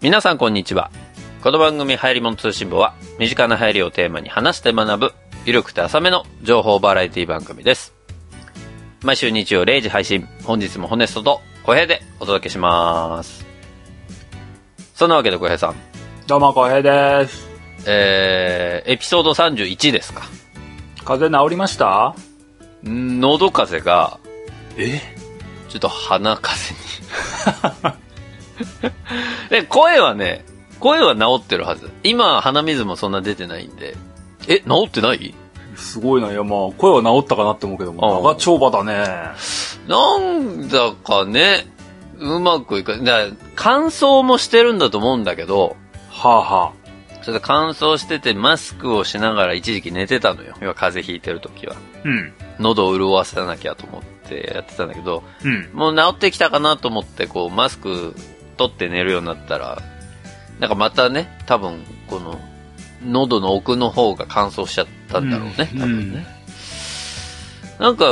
皆さんこんにちは。この番組流行り物通信簿は、身近な流行りをテーマに話して学ぶ、ゆるくて浅めの情報バラエティ番組です。毎週日曜0時配信、本日もホネストと小平でお届けします。そんなわけで小平さん、どうも、小平です。えー、エピソード31ですか。風邪治りましたん喉風邪が、えちょっと鼻風に。 で、声はね、声は治ってるはず。今、鼻水もそんな出てないんで。え、治ってないすごいな。いや、まあ、声は治ったかなって思うけどあも、あ長丁場だね。なんだかね、うまくいかない。だ乾燥もしてるんだと思うんだけど、はあはそれで乾燥しててマスクをしながら一時期寝てたのよ。要は風邪ひいてる時は。あ。うん。喉を潤わせなきゃと思ってやってたんだけど、うん。もう治ってきたかなと思って、こう、マスク取って寝るようになったら、なんかまたね、多分、この、喉の奥の方が乾燥しちゃったんだろうね、うん多分ね。なんか、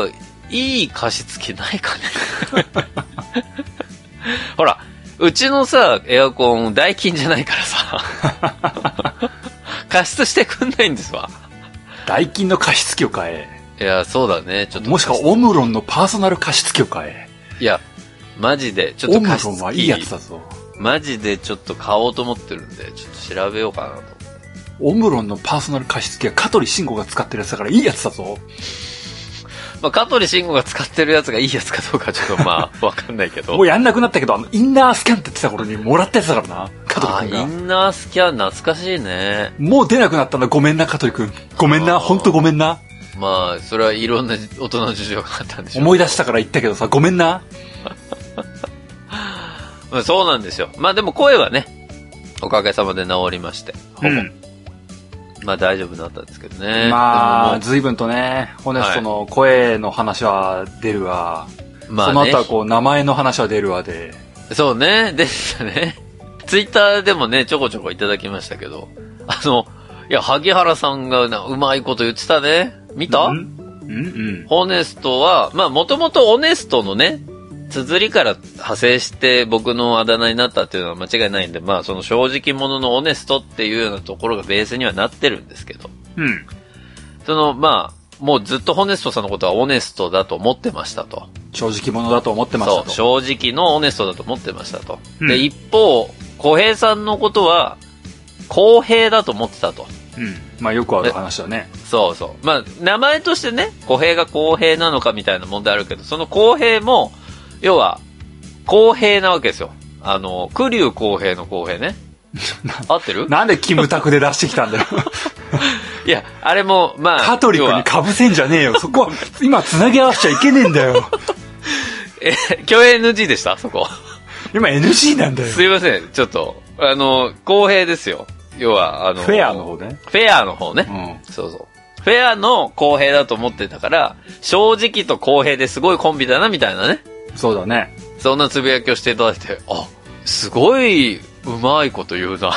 いい加湿器ない かね。ほら、うちのさ、エアコン、代金じゃないからさ、 加湿してくんないんですわ。大金の加湿器を買え。いや、そうだね、ちょっと。もしくはオムロンのパーソナル加湿器を買え。いや、マジで、ちょっオとム加ロ湿ン器。はいいやつだぞ。マジでちょっと買おうと思ってるんで、ちょっと調べようかなと。オムロンのパーソナル加湿器は香取慎吾が使ってるやつだからいいやつだぞ。まあ、香取慎吾が使ってるやつがいいやつかどうかちょっとま あ、わかんないけど。もうやんなくなったけど、あの、インナースキャンって言ってた頃にもらったやつだからな。香あ取イくんが。ンナースキャン懐かしいね。もう出なくなったんだ。ごめんな、香取くん。ごめんあーな。ほんとごめんな。まあ、それはいろんな大人の事情があったんでしょう。思い出したから言ったけどさ、ごめんな。まあそうなんですよ。まあでも声はね、おかげさまで治りまして、ほぼ。うんまあ大丈夫になったんですけどね。まあ、で随分とね、ホネストの声の話は出るわ。もまあ、そのね、後はこう、名前の話は出るわで。そうね、 でしたね。ツイッターでもね、ちょこちょこいただきましたけど、あの、いや、萩原さんがなうまいこと言ってたね。見たんうんホネストは、まあ、もともとオネストのね、綴りから派生して僕のあだ名になったっていうのは間違いないんで、まあ、その正直者のオネストっていうようなところがベースにはなってるんですけど、うん。うん。その、まあ、もうずっとホネストさんのことはオネストだと思ってましたと。正直者だと思ってましたと。そう、正直のオネストだと思ってましたと。うんで、一方、小平さんのことは、公平だと思ってたと。うん。まあ、よくある話だね。そうそう。まあ、名前としてね、公平が公平なのかみたいな問題あるけど、その公平も、要は、公平なわけですよ。あの、クリュウ公平の公平 ね。合ってるなんでキムタクで出してきたんだ よ。いや、あれも、まあ、カトリック要には被せんじゃねえよ。そこは、今繋ぎ合わせちゃいけねえんだよ。え、共演 NG でしたそこ。今 NG なんだよ。すいません、ちょっと。あの、公平ですよ。要は、あの、フェアの。方ね。フェアの方ね。うん。そうそう。フェアの公平だと思ってたから、正直と公平ですごいコンビだな、みたいなね。そうだね。そんなつぶやきをしていただいて、あ、すごい、うまいこと言うな。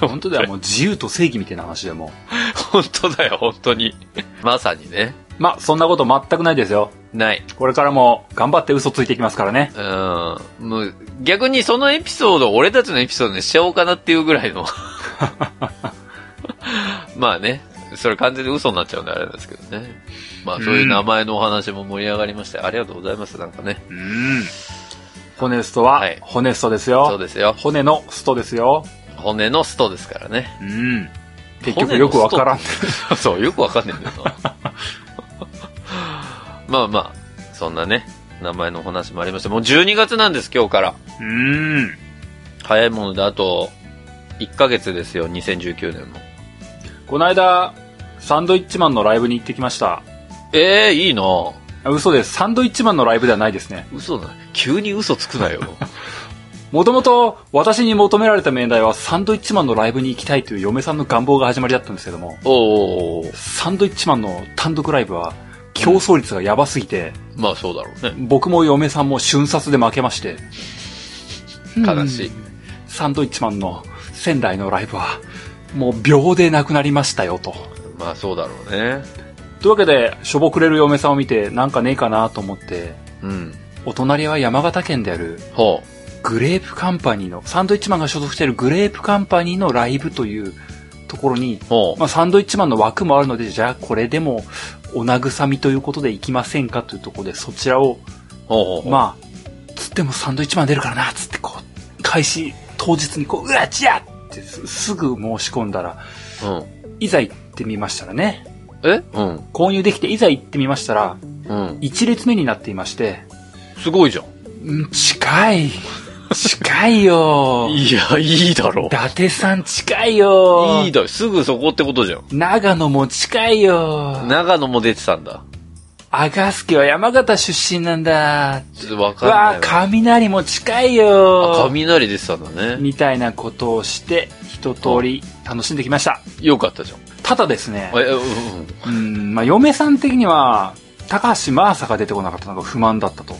本当だよ。もう自由と正義みたいな話でも。本当だよ、本当に。まさにね。まあ、そんなこと全くないですよ。ない。これからも頑張って嘘ついていきますからね。うん。もう、逆にそのエピソードを俺たちのエピソードにしちゃおうかなっていうぐらい の。まあね。それ完全に嘘になっちゃうんであれですけどね。まあそういう名前のお話も盛り上がりまして、ありがとうございます、なんかね。うん。ホネストは、はいホネストですそうよ。ですよ。骨のストですよ。骨のストですからね。うん。結局よくわからん。そう、よくわかんねえんだよな。 まあまあ、そんなね、名前のお話もありました。もう12月なんです、今日から。うん。早いもので、あと、1ヶ月ですよ、2019年も。この間、サンドイッチマンのライブに行ってきました。ええいいなあ嘘です。サンドイッチマンのライブではないですね。嘘だ。急に嘘つく なよ。もともと私に求められた命題はサンドイッチマンのライブに行きたいという嫁さんの願望が始まりだったんですけども、おうおうおうサンドイッチマンの単独ライブは競争率がやばすぎて、まあそうだろうね。僕も嫁さんも瞬殺で負けまして、悲しい。サンドイッチマンの仙台のライブは、もう秒でなくなりましたよと。まあそうだろうね。というわけで、しょぼくれる嫁さんを見て、なんかねえかなと思って、うん。お隣は山形県であるほグレープカンパニーの、サンドイッチマンが所属しているグレープカンパニーのライブというところに、ほう。まあ、サンドイッチマンの枠もあるので、じゃあこれでもお慰みということで行きませんかというところで、そちらを、ほうほうほう。まあ、つってもサンドイッチマン出るからな、つってこう、開始当日にこう、うわ、ちやってすすぐ申し込んだら、うん。いざ行ってみましたらね、えうん。購入できていざ行ってみましたら、うん。 1列目になっていまして、すごいじゃん。うん近い。近い よ。いや、いいだろ伊。達さん近いよ。いいだろ。すぐそこってことじゃん。長野も近いよ。長野も出てたんだ。アガスケは山形出身なんだ。ちょっとわかんわなあい、わ。雷も近いあよ。雷出てたんだね。みたいなことをして、一通り楽しんできました。よかったじゃん。ただですね、え、うん。うん、まあ、嫁さん的には、高橋真麻が出てこなかったのが不満だったと。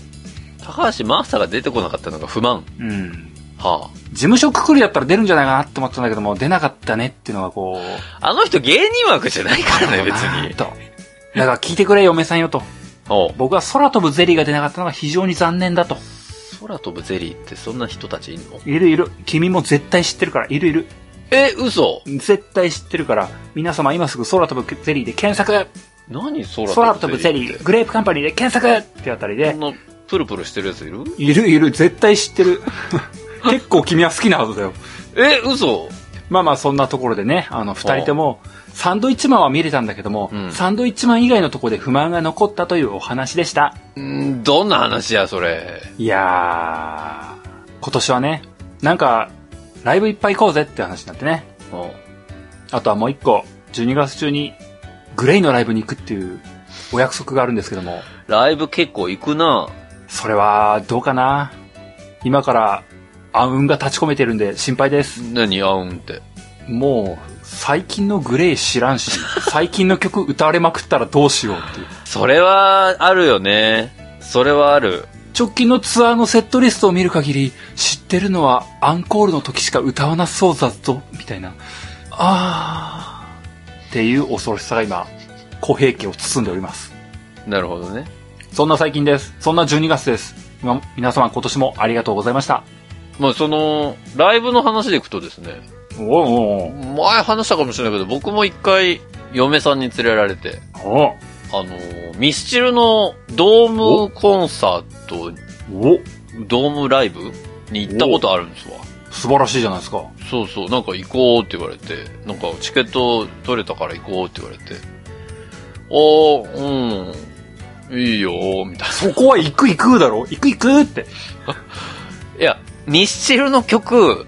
高橋マーサが出てこなかったのが不満。うん。は事務所くくりだったら出るんじゃないかなって思ったんだけども、出なかったねっていうのがこう、あ。あの人芸人枠じゃないからね、別に。と。だから聞いてくれ嫁さんよと。おう僕は空飛ぶゼリーが出なかったのが非常に残念だと。空飛ぶゼリーってそんな人たちいんのいるいる。君も絶対知ってるから。いるいる。え、嘘絶対知ってるから。皆様今すぐ空飛ぶゼリーで検索何空空飛ぶゼっリーてグレープカンパニーで検索ってあたりそでん。なプルプルしてるやついるいるいる。絶対知っ てる。結構君は好きなはずだよ。え、嘘まあまあそんなところでね、あの二人とも、サンドイッチマンは見れたんだけども、うんサンドイッチマン以外のところで不満が残ったというお話でした。んーどんな話や、それ。いやー、今年はね、なんか、ライブいっぱい行こうぜって話になってね。おうあとはもう一個、12月中に、グレイのライブに行くっていう、お約束があるんですけども、ライブ結構行くなそれは、どうかな今から、暗雲が立ち込めてるんで心配です。何合うんって。もう、最近のグレイ知らんし、最近の曲歌われまくったらどうしようっていう。それは、あるよね。それはある。直近のツアーのセットリストを見る限り、知ってるのはアンコールの時しか歌わなそうだぞ、みたいな。あー。っていう恐ろしさが今、小平家を包んでおります。なるほどね。そんな最近です。そんな12月です。今皆様今年もありがとうございました。まあ、その、ライブの話でいくとですね、おお前話したかもしれないけど、僕も一回、嫁さんに連れられて、おあのー、ミスチルのドームコンサート、おおドームライブに行ったことあるんですわ。素晴らしいじゃないですか。そうそう、なんか行こうって言われて、なんかチケット取れたから行こうって言われて、おー、うん、いいよー、みたいそこは行く行くだろ行く行くって。な。いや、ミスチルの曲、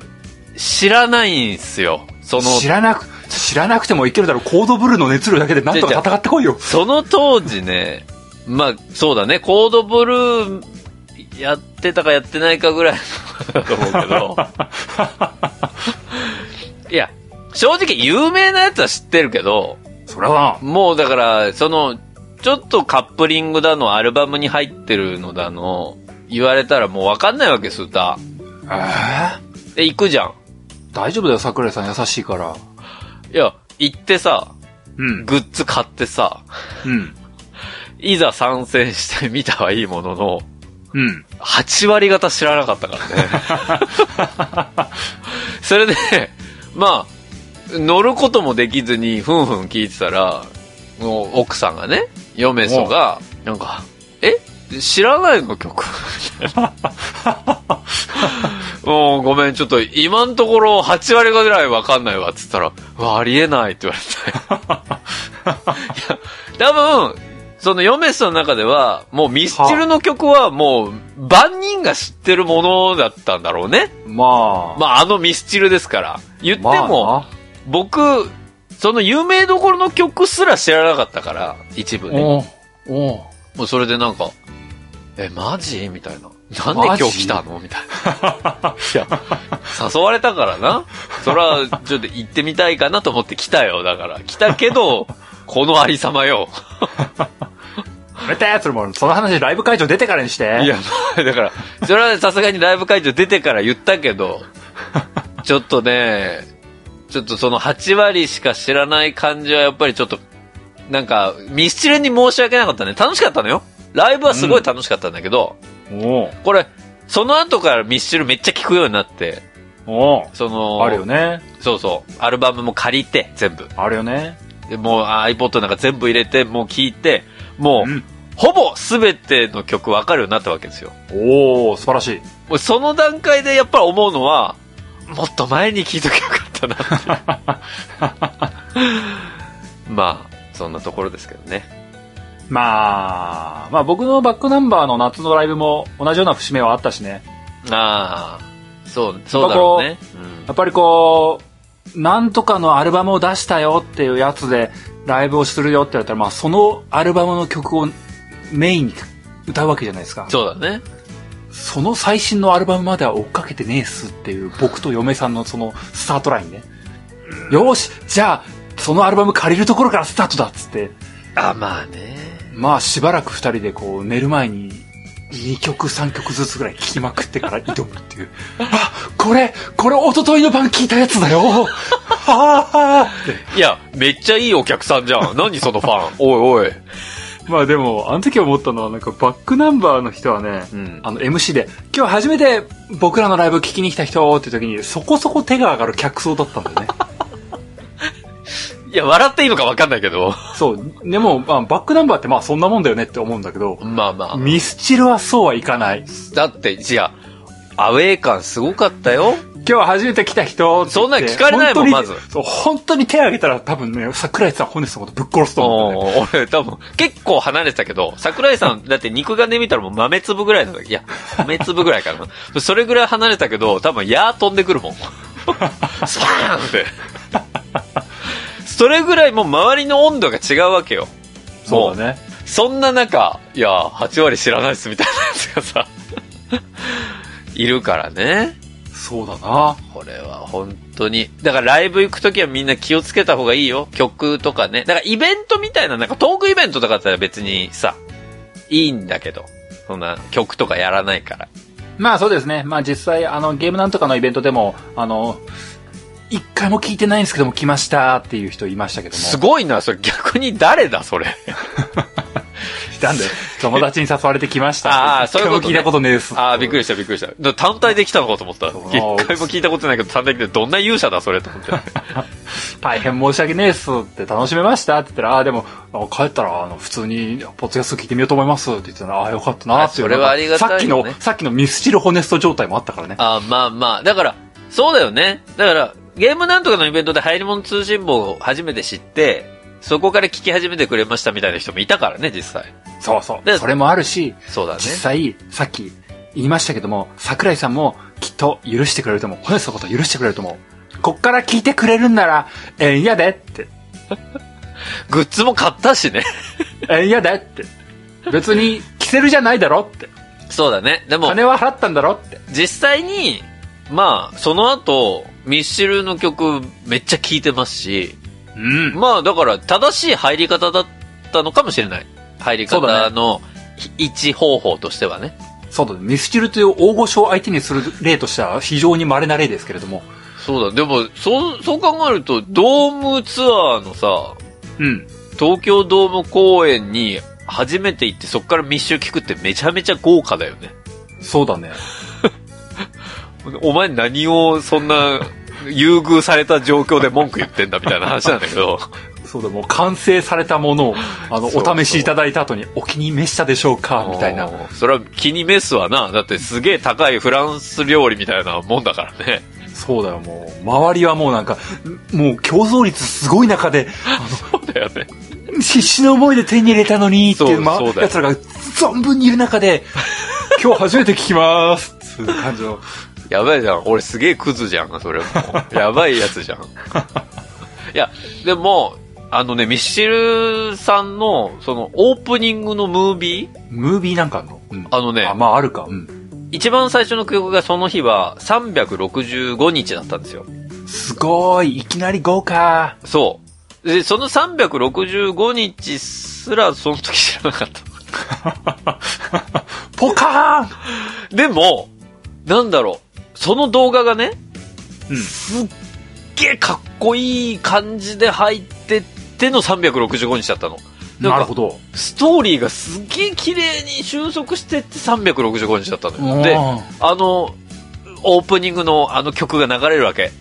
知らないんすよ。その、知らなく、知らなくてもいけるだろコードブルーの熱量だけでなんとか戦ってこいよ。その当時ね、まあ、そうだね、コードブルー、やってたかやってないかぐらいだと思うけ ど。いや、正直有名なやつは知ってるけど、それはもうだから、その、ちょっとカップリングだの、アルバムに入ってるのだの、言われたらもうわかんないわけです、歌。な。えーで、行くじゃん。大丈夫だよ、桜井さん優しいから。いや、行ってさ、うん。グッズ買ってさ、うん。いざ参戦してみたはいいものの、うん。 8割方知らなかったからね。 それで、まあ、乗ることもできずに、ふんふん聞いてたら、もう奥さんがね、嫁さんが、なんか、え知らないの曲もうごめん、ちょっと今のところ8割ぐらいわかんないわ、つったら、うわ、ありえないって言われて。いや、多分、その嫁さんの中では、もうミスチルの曲はもう万人が知ってるものだったんだろうね。まあ。まあ、あのミスチルですから。言っても、ま僕、その有名どころの曲すら知らなかったから、一部あな、ね。おうおうもうそれでなんか、え、マジみたいな。なんで今マジ日来たのみたい な。いや、誘われたからな。そら、ちょっと行ってみたいかなと思って来たよ。だから、来たけ ど、このありさまよ。やめてそれも、その話ライブ会場出てからにして。いや、まあだから、それはさすがにライブ会場出てから言ったけ ど、ちょっとね、ちょっとその8割しか知らない感じはやっぱりちょっと、なんか、ミスチルに申し訳なかったね。楽しかったのよ。ライブはすごい楽しかったんだけど、おうこれ、その後からミスチルめっちゃ聞くようになって、おうその、あるよね。そうそう、アルバムも借りて、全部。あるよね。でもうあ iPod なんか全部入れて、もう聞いて、もう、うんほぼ全ての曲わかるようになったわけですよ。おお素晴らしい。俺その段階でやっぱり思うのは、もっと前に聞いときゃよかったなっていう。まあ、そんなところですけどね。 まあ、まあ僕のバックナンバーの夏のライブも同じような節目はあったしね。ああ、そう、そうだろうね。うんやっぱりこう、なんとかのアルバムを出したよっていうやつでライブをするよって言われたら、まあそのアルバムの曲をメインに歌うわけじゃないですか。そうだね。その最新のアルバムまでは追っかけてねえっすっていう僕と嫁さんのそのスタートラインね。よーし、じゃあ、そのアルバム借りるところからスタートだっつって、あ、まあね。まあしばらく二人でこう寝る前に2曲3曲ずつぐらい聴きまくってから挑むっていう。あ、これ、これ一昨日の晩聴いたやつだよはあはあっいや、めっちゃいいお客さんじゃん。何そのファン。おいおい。て。まあでも、あの時思ったのはなんかバックナンバーの人はね、うん。あの MC で、今日初めて僕らのライブ聞きに来た人って時にそこそこ手が上がる客層だった んだよね。いや、笑っていいのかわかんないけど。そう。でも、まあ、バックナンバーってまあそんなもんだよねって思うんだけど、まあまあ。ミスチルはそうはいかない。だって、違う。アウェー感すごかったよ。今日初めて来た人って言そってんな聞かれないもん本当にまずそう、本当に手挙げたら多分ね、桜井さん本日のことぶっ殺すと思うんだよね。おー俺多分、結構離れてたけど、桜井さ ん、だって肉眼で見たらもう豆粒ぐらいの、いや、豆粒ぐらいかな。それぐらい離れたけど、多分、矢飛んでく るもん。スパーンって。それぐらいもう周りの温度が違うわけよ。そうだね。そんな中、いや、8割知らないっすみたいなやつがさ、いるからね。そうだな。これは本当に。だからライブ行くときはみんな気をつけた方がいいよ。曲とかね。だからイベントみたいな、なんかトークイベントとかだったら別にさ、いいんだけど。そんな曲とかやらないから。まあそうですね。まあ実際、あの、ゲームなんとかのイベントでも、あの、一回も聞いてないんですけども来ましたっていう人いましたけども。すごいな、それ逆に誰だ、それ。いたんで。友達に誘われて来まし た。あーそういうことね一回も聞いたことねえです。 ああ、びっくりした、びっくりした。だから単体で来たのかと思った。そう一回も聞いたことないけど、単体でどんな勇者だ、それと思って。大変申し訳ねえっすって楽しめましたって言ったら、ああ、でも、あ帰ったら、あの、普通に、ポッドキャスト聞いてみようと思いますって言ってたら、ああ、よかったなっていう。あそれはありがたいよねさっきの、さっきのミスチルホネスト状態もあったからね。 あーまあまあ。だから、そうだよね。だから、ゲームなんとかのイベントで入り物通信簿を初めて知って、そこから聞き始めてくれましたみたいな人もいたからね、実際。そうそでう。それもあるし、そうだね。実際、さっき言いましたけども、桜井さんもきっと許してくれると思う。ホネストのこと許してくれると思う。こっから聞いてくれるんなら、えんやでって。グッズも買ったしね。えんやでって。別に、着せるじゃないだろって。そうだね。でも、金は払ったんだろって。実際に、まあ、その後、ミスチルの曲めっちゃ聴いてますし、うん。まあだから正しい入り方だったのかもしれない。入りそう方だねの位置方法としてはね。そうだね。ミスチルという大御所を相手にする例としては非常に稀な例ですけれども。そうだ。でも、そう、そう考えると、ドームツアーのさ、うん。東京ドーム公演に初めて行ってそこから密集聞くってめちゃめちゃ豪華だよね。そうだね。お前何をそんな優遇された状況で文句言ってんだみたいな話なんだけ ど。そうだ、もう完成されたものを、あの、 そうそうお試しいただいた後にお気に召したでしょうかみたいな。。それは気に召すわな。だってすげえ高いフランス料理みたいなもんだからね。 そうだよ、もう。周りはもうなんか、もう競争率すごい中で、そうだよね。必死の思いで手に入れたのにってそういう、ま、そうだよ奴らが存分にいる中で、 今日初めて聞きますっていう感じの。やばいじゃん。俺すげえクズじゃん、それもう。やばいや つじゃん。いや、でも、あのね、ミッシルさんの、その、オープニングのムービームービーなんかあるの、うん、あのねあ、まああるか。うん。一番最初の曲がその日は365日だったんですよ。すごい、いきなり豪 華。そう。で、その365日すらその時知らなかった。 ポカーンでも、なんだろう、その動画がね、うんすっげえかっこいい感じで入ってっての365日だったの。なんかなるほど。ストーリーがすっげえ綺麗に収束してって365日だったのよ。で、うんあの、オープニングのあの曲が流れるわけ。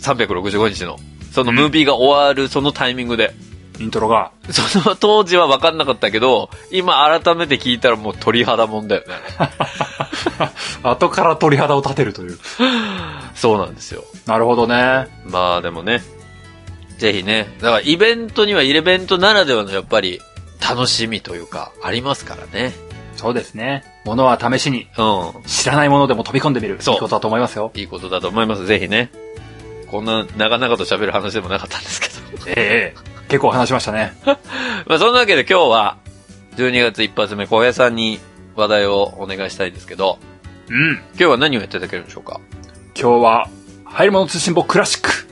365日の。そのムービーが終わるそのタイミングで。イントロが。その当時は分かんなかったけど、今改めて聞いたらもう鳥肌もんだよね。後から鳥肌を立てるという。そうなんですよ。なるほどね。まあでもね、ぜひね、だからイベントにはイベントならではのやっぱり楽しみというか、ありますからね。そうですね。ものは試しに、うん。知らないものでも飛び込んでみる。そういいことだと思いますよ。いいことだと思います、ぜひね。こんな長々と喋る話でもなかったんですけ ど。ええ結構話しましたね。まあそんなわけで今日は、12月一発目、小平さんに話題をお願いしたいんですけど、うん。今日は何をやっていただけるんでしょうか今日は、入り物通信簿クラシック。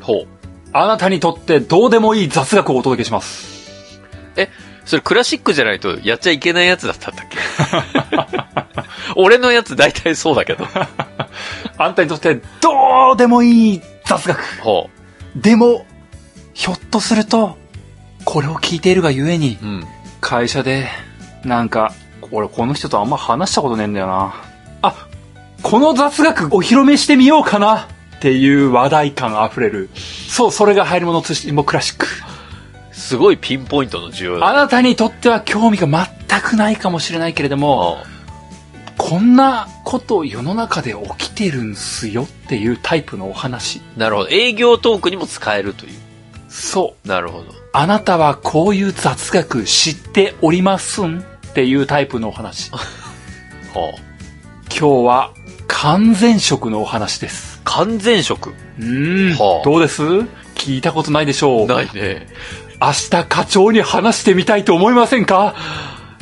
ほう。あなたにとってどうでもいい雑学をお届けします。それクラシックじゃないとやっちゃいけないやつだったんだっけ 俺のやつ大体そうだけど。あなたにとってどうでもいい雑学。ほでも、ひょっとすると、これを聞いているがゆえに、う。うん。会社で、なんか、俺この人とあんま話したことねえんだよな。あ、この雑学お披露目してみようかなっていう話題感あふれる。そう、それが入り物通信簿クラシック。すごいピンポイントの需要だ。あなたにとっては興味が全くないかもしれないけれども、こんなこと世の中で起きてるんすよっていうタイプのお話。なるほど。営業トークにも使えるという。そう。なるほど。あなたはこういう雑学知っておりますんっていうタイプのお話。ほう。今日は完全食のお話です。完全食。うーん、はあどうです聞いたことないでしょう。明ないね。日課長に話してみたいと思いませんか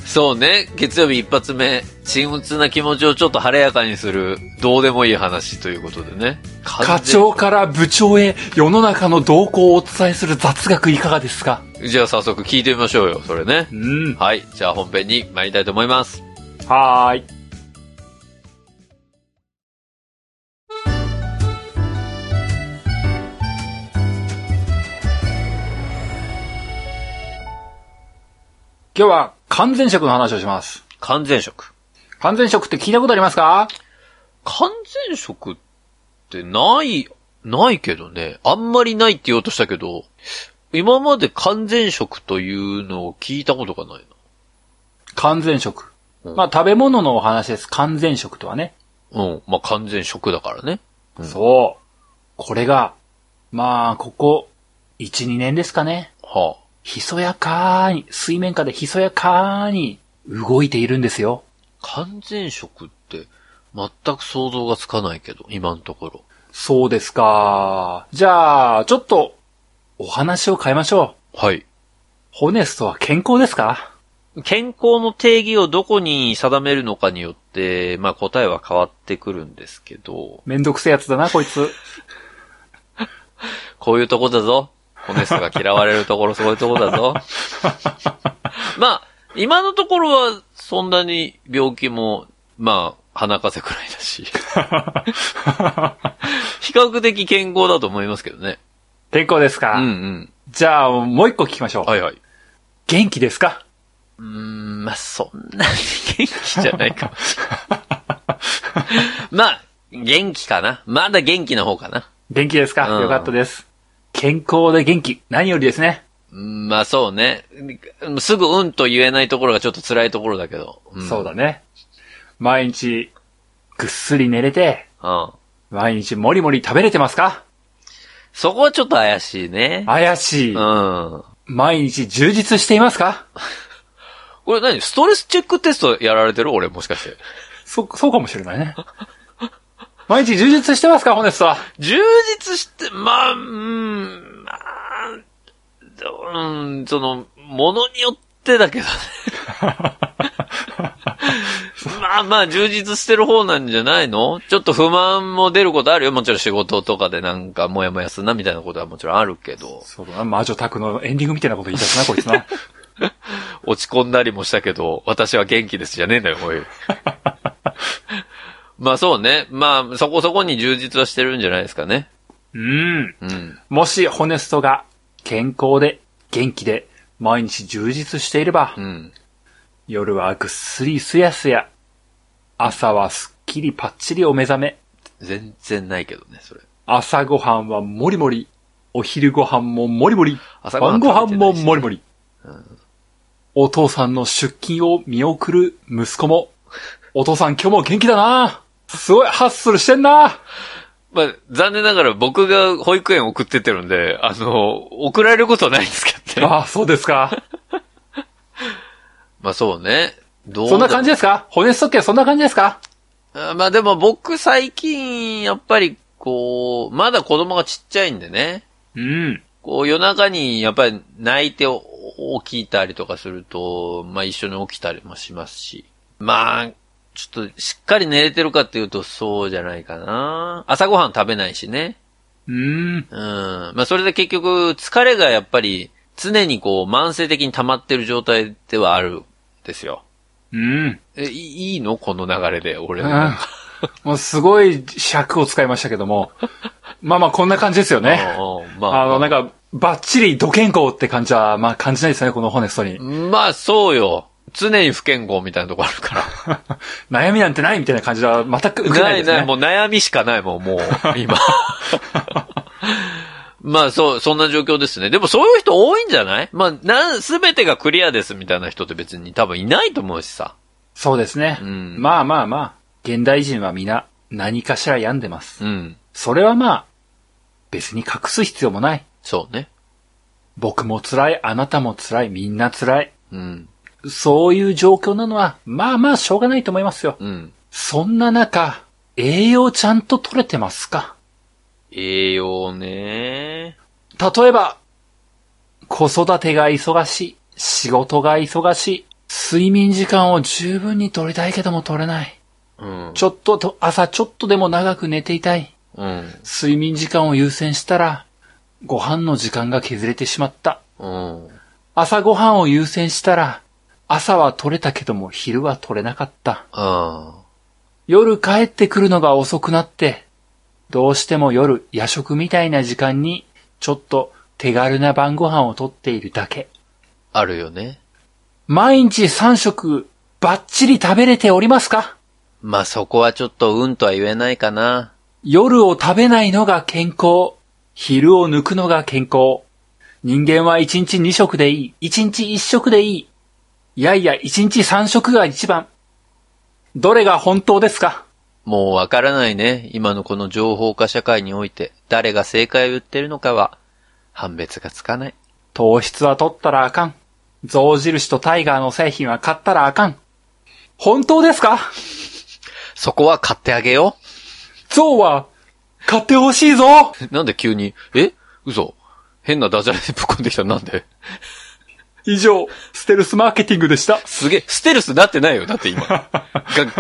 そうね。月曜日一発目。沈鬱な気持ちをちょっと晴れやかにする、どうでもいい話ということでね。課完全長から部長へ世の中の動向をお伝えする雑学いかがですかじゃあ早速聞いてみましょうよ、それねう。ん。はい。じゃあ本編に参りたいと思います。はーい。今日は完全食の話をします。完全食。完全食って聞いたことありますか完全食ってない、ないけどね。あんまりないって言おうとしたけど、今まで完全食というのを聞いたことがないな。完全食。うんまあ食べ物のお話です。完全食とはね。うん。まあ、完全食だからね。うんそう。これが、まあここ、1、2年ですかね。はひそやかーに、水面下でひそやかーに動いているんですよ。あ、完全食って、全く想像がつかないけど、今のところ。そうですか。じゃあ、ちょっと、お話を変えましょう。はい。ホネストは健康ですか健康の定義をどこに定めるのかによって、まあ、答えは変わってくるんですけど、めんどくせえやつだな、こ いつ。こういうとこだぞ。ホネストが嫌われると ころ、そういうとこだぞ。まあ、今のところは、そんなに病気も、まあ、鼻風邪くらいだ し。比較的健康だと思いますけどね。健康ですうか、んうん。じゃあ、もう一個聞きましょう。はいはい。元気ですかうーん、まあ、そんなに元気じゃない かもしれない。まあ、元気かな。まだ元気の方かな。元気ですか、うんよかったです。健康で元気。何よりですね。うんまあそうね。うんすぐうんと言えないところがちょっと辛いところだけど。んそうだね。毎日、ぐっすり寝れて、うん。毎日もりもり食べれてますかそこはちょっと怪しいね。怪しい。うん。毎日充実していますかこれ何ストレスチェックテストやられてる俺もしかして。そ、そうかもしれないね。毎日充実してますか、ホネストは。充実して、まあ、うん、まあ、どうん、その、ものによってだけどね。まあまあ、充実してる方なんじゃないのちょっと不満も出ることあるよ。もちろん仕事とかでなんか、もやもやすんなみたいなことはもちろんあるけど、そうだな、魔女宅のエンディングみたいなこと言いたくな、こいつな。落ち込んだりもしたけど、私は元気ですじゃねえんだよ、おい。 まあそうね。まあ、そこそこに充実はしてるんじゃないですかね。うん。 うん。もし、ホネストが、健康で、元気で、毎日充実していれば、うん。夜はぐっすりすやすや、朝はすっきりパッチリお目覚め、全然ないけどね、それ。朝ごはんはもりもり、お昼ごはんももりもり、朝ごはん晩ごはんももりもり。り。お父さんの出勤を見送る息子も、お父さん今日も元気だなすごいハッスルしてんなまあ、残念ながら僕が保育園送ってってるんで、あの、送られることはないんですけどね。ああ、そうですか。まあそうね。どうそんな感じですか骨ストッケそんな感じですかあまあでも僕最近、やっぱりこう、まだ子供がちっちゃいんでね。うん。こう夜中にやっぱり泣いてお起きたりとかすると、まあ一緒に起きたりもしますし。まあ、ちょっとしっかり寝れてるかっていうとそうじゃないかな。朝ごはん食べないしね。うん。うん。まあそれで結局疲れがやっぱり常にこう慢性的に溜まってる状態ではあるんですよ。うん。え、いいいのこの流れで、俺。うんもうすごい尺を使いましたけども。まあまあこんな感じですよね。うんうんま ああの、なんか、バッチリド健康って感じは、まあ感じないですね、このホネストに。 まあ、そうよ。常に不健康みたいなとこあるから。悩みなんてないみたいな感じは全く受けないですね。もう悩みしかないもん、もう、今。 まあ、そう、そんな状況ですね。でもそういう人多いんじゃないまあ、なん、すべてがクリアですみたいな人って別に多分いないと思うしさ。そうですね。うんまあまあまあ、現代人は皆何かしら病んでます。うん。それはまあ、別に隠す必要もない。そうね。僕も辛い、あなたも辛い、みんな辛い。うん。そういう状況なのは、まあまあしょうがないと思いますよ。うん。そんな中、栄養ちゃんと取れてますか栄養ね。例えば、子育てが忙しい、仕事が忙しい、睡眠時間を十分に取りたいけども取れない。うん。ちょっとと、朝ちょっとでも長く寝ていたい。うん。睡眠時間を優先したら、ご飯の時間が削れてしまった。うん。朝ご飯を優先したら、朝は取れたけども昼は取れなかった。あ夜帰ってくるのが遅くなって、どうしても夜夜食みたいな時間に、ちょっと手軽な晩ご飯を取っているだけ。あ。あるよね。毎日3食、バッチリ食べれておりますかまあ、そこはちょっとうんとは言えないかな。夜を食べないのが健康。昼を抜くのが健康。人間は1日2食でいい。1日1食でいい。いやいや、1日3食が一番。どれが本当ですかもうわからないね。今のこの情報化社会において、誰が正解を言ってるのかは、判別がつかない。糖質は取ったらあかん。象印とタイガーの製品は買ったらあかん。本当ですかそこは買ってあげよ象は、買ってほしいぞう。 なんで急に、え嘘変なダジャレでぶっこんできたなんで以上、ステルスマーケティングでした。すげえ、ステルスなってないよ。だって今。が、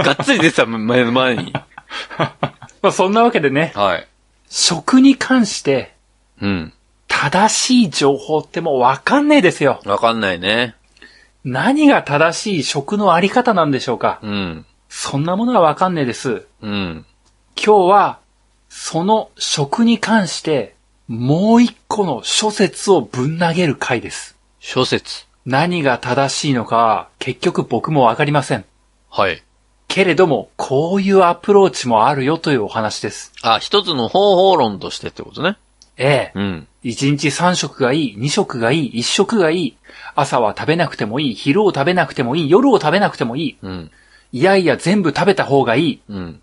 がっつり出てた前前に。まあ、そんなわけでね、はい。食に関して、うん。正しい情報ってもうわかんねえですよ。わかんないね。何が正しい食のあり方なんでしょうかうん。そんなものはわかんねえです。うん。今日は、その食に関して、もう一個の諸説をぶん投げる回です。諸説。何が正しいのか、結局僕もわかりません。はい。けれども、こういうアプローチもあるよというお話です。あ、一つの方法論としてってことね。ええ。うん。一日三食がいい、二食がいい、一食がいい。朝は食べなくてもいい、昼を食べなくてもいい、夜を食べなくてもいい。うん。いやいや全部食べた方がいい。うん。